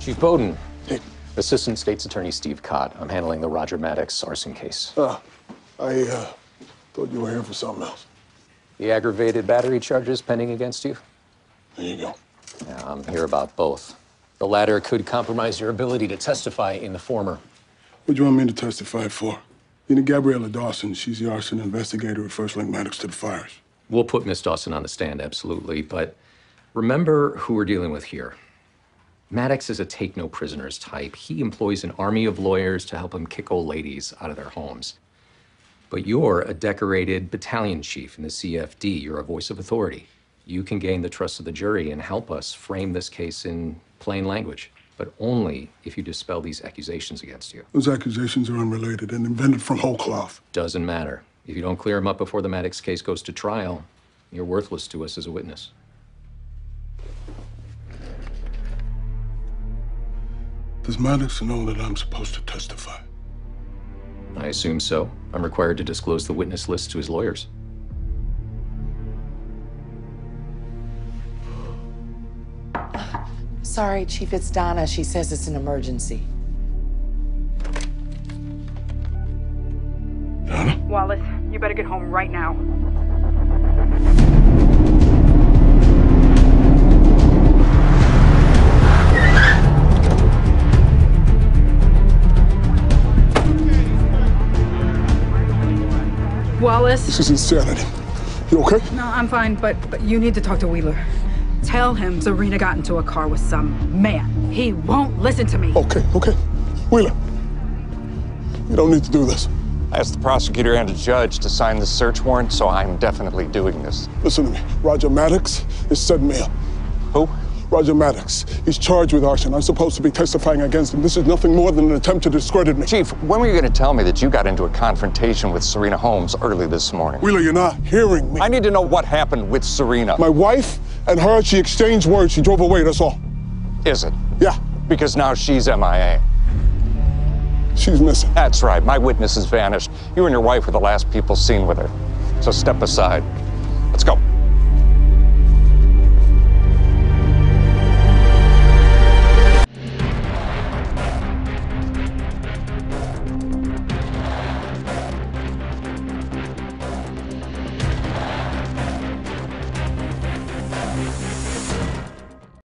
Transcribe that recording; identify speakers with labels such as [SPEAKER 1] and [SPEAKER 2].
[SPEAKER 1] Chief Bowden, Assistant State's Attorney Steve Cott. I'm handling the Roger Maddox arson case.
[SPEAKER 2] Ah, I uh, thought you were here for something else.
[SPEAKER 1] The aggravated battery charges pending against you?
[SPEAKER 2] There you go.
[SPEAKER 1] Yeah, I'm here about both. The latter could compromise your ability to testify in the former.
[SPEAKER 2] What do you want me to testify for? You know, Gabriella Dawson, she's the arson investigator at First Link Maddox to the fires.
[SPEAKER 1] We'll put Miss Dawson on the stand, absolutely, but remember who we're dealing with here. Maddox is a take no prisoners type. He employs an army of lawyers to help him kick old ladies out of their homes. But you're a decorated battalion chief in the CFD. You're a voice of authority. You can gain the trust of the jury and help us frame this case in plain language, but only if you dispel these accusations against you.
[SPEAKER 2] Those accusations are unrelated and invented from whole cloth.
[SPEAKER 1] Doesn't matter. If you don't clear him up before the Maddox case goes to trial, you're worthless to us as a witness.
[SPEAKER 2] Does Maddox know that I'm supposed to testify?
[SPEAKER 1] I assume so. I'm required to disclose the witness list to his lawyers.
[SPEAKER 3] Sorry, Chief, it's Donna. She says it's an emergency.
[SPEAKER 2] Donna?
[SPEAKER 4] Wallace, you better get home right now.
[SPEAKER 2] This
[SPEAKER 4] Wallace,
[SPEAKER 2] is insanity. You okay?
[SPEAKER 4] no, I'm fine, but, but you need to talk to Wheeler. Tell him Serena got into a car with some man. He won't listen to me.
[SPEAKER 2] Okay, okay. Wheeler, you don't need to do this.
[SPEAKER 5] I asked the prosecutor and a judge to sign the search warrant, so I'm definitely doing this.
[SPEAKER 2] Listen to me. Roger Maddox is setting me up.
[SPEAKER 5] Who?
[SPEAKER 2] Roger Maddox, he's charged with arson. I'm supposed to be testifying against him. This is nothing more than an attempt to discredit me.
[SPEAKER 5] Chief, when were you going to tell me that you got into a confrontation with Serena Holmes early this morning?
[SPEAKER 2] Wheeler, you're not hearing me.
[SPEAKER 5] I need to know what happened with Serena.
[SPEAKER 2] My wife and her, she exchanged words. She drove away, that's all.
[SPEAKER 5] Is it?
[SPEAKER 2] Yeah,
[SPEAKER 5] Because now she's MIA.
[SPEAKER 2] she's missing.
[SPEAKER 5] That's right, my witness has vanished. You and your wife were the last people seen with her. So step aside. Let's go.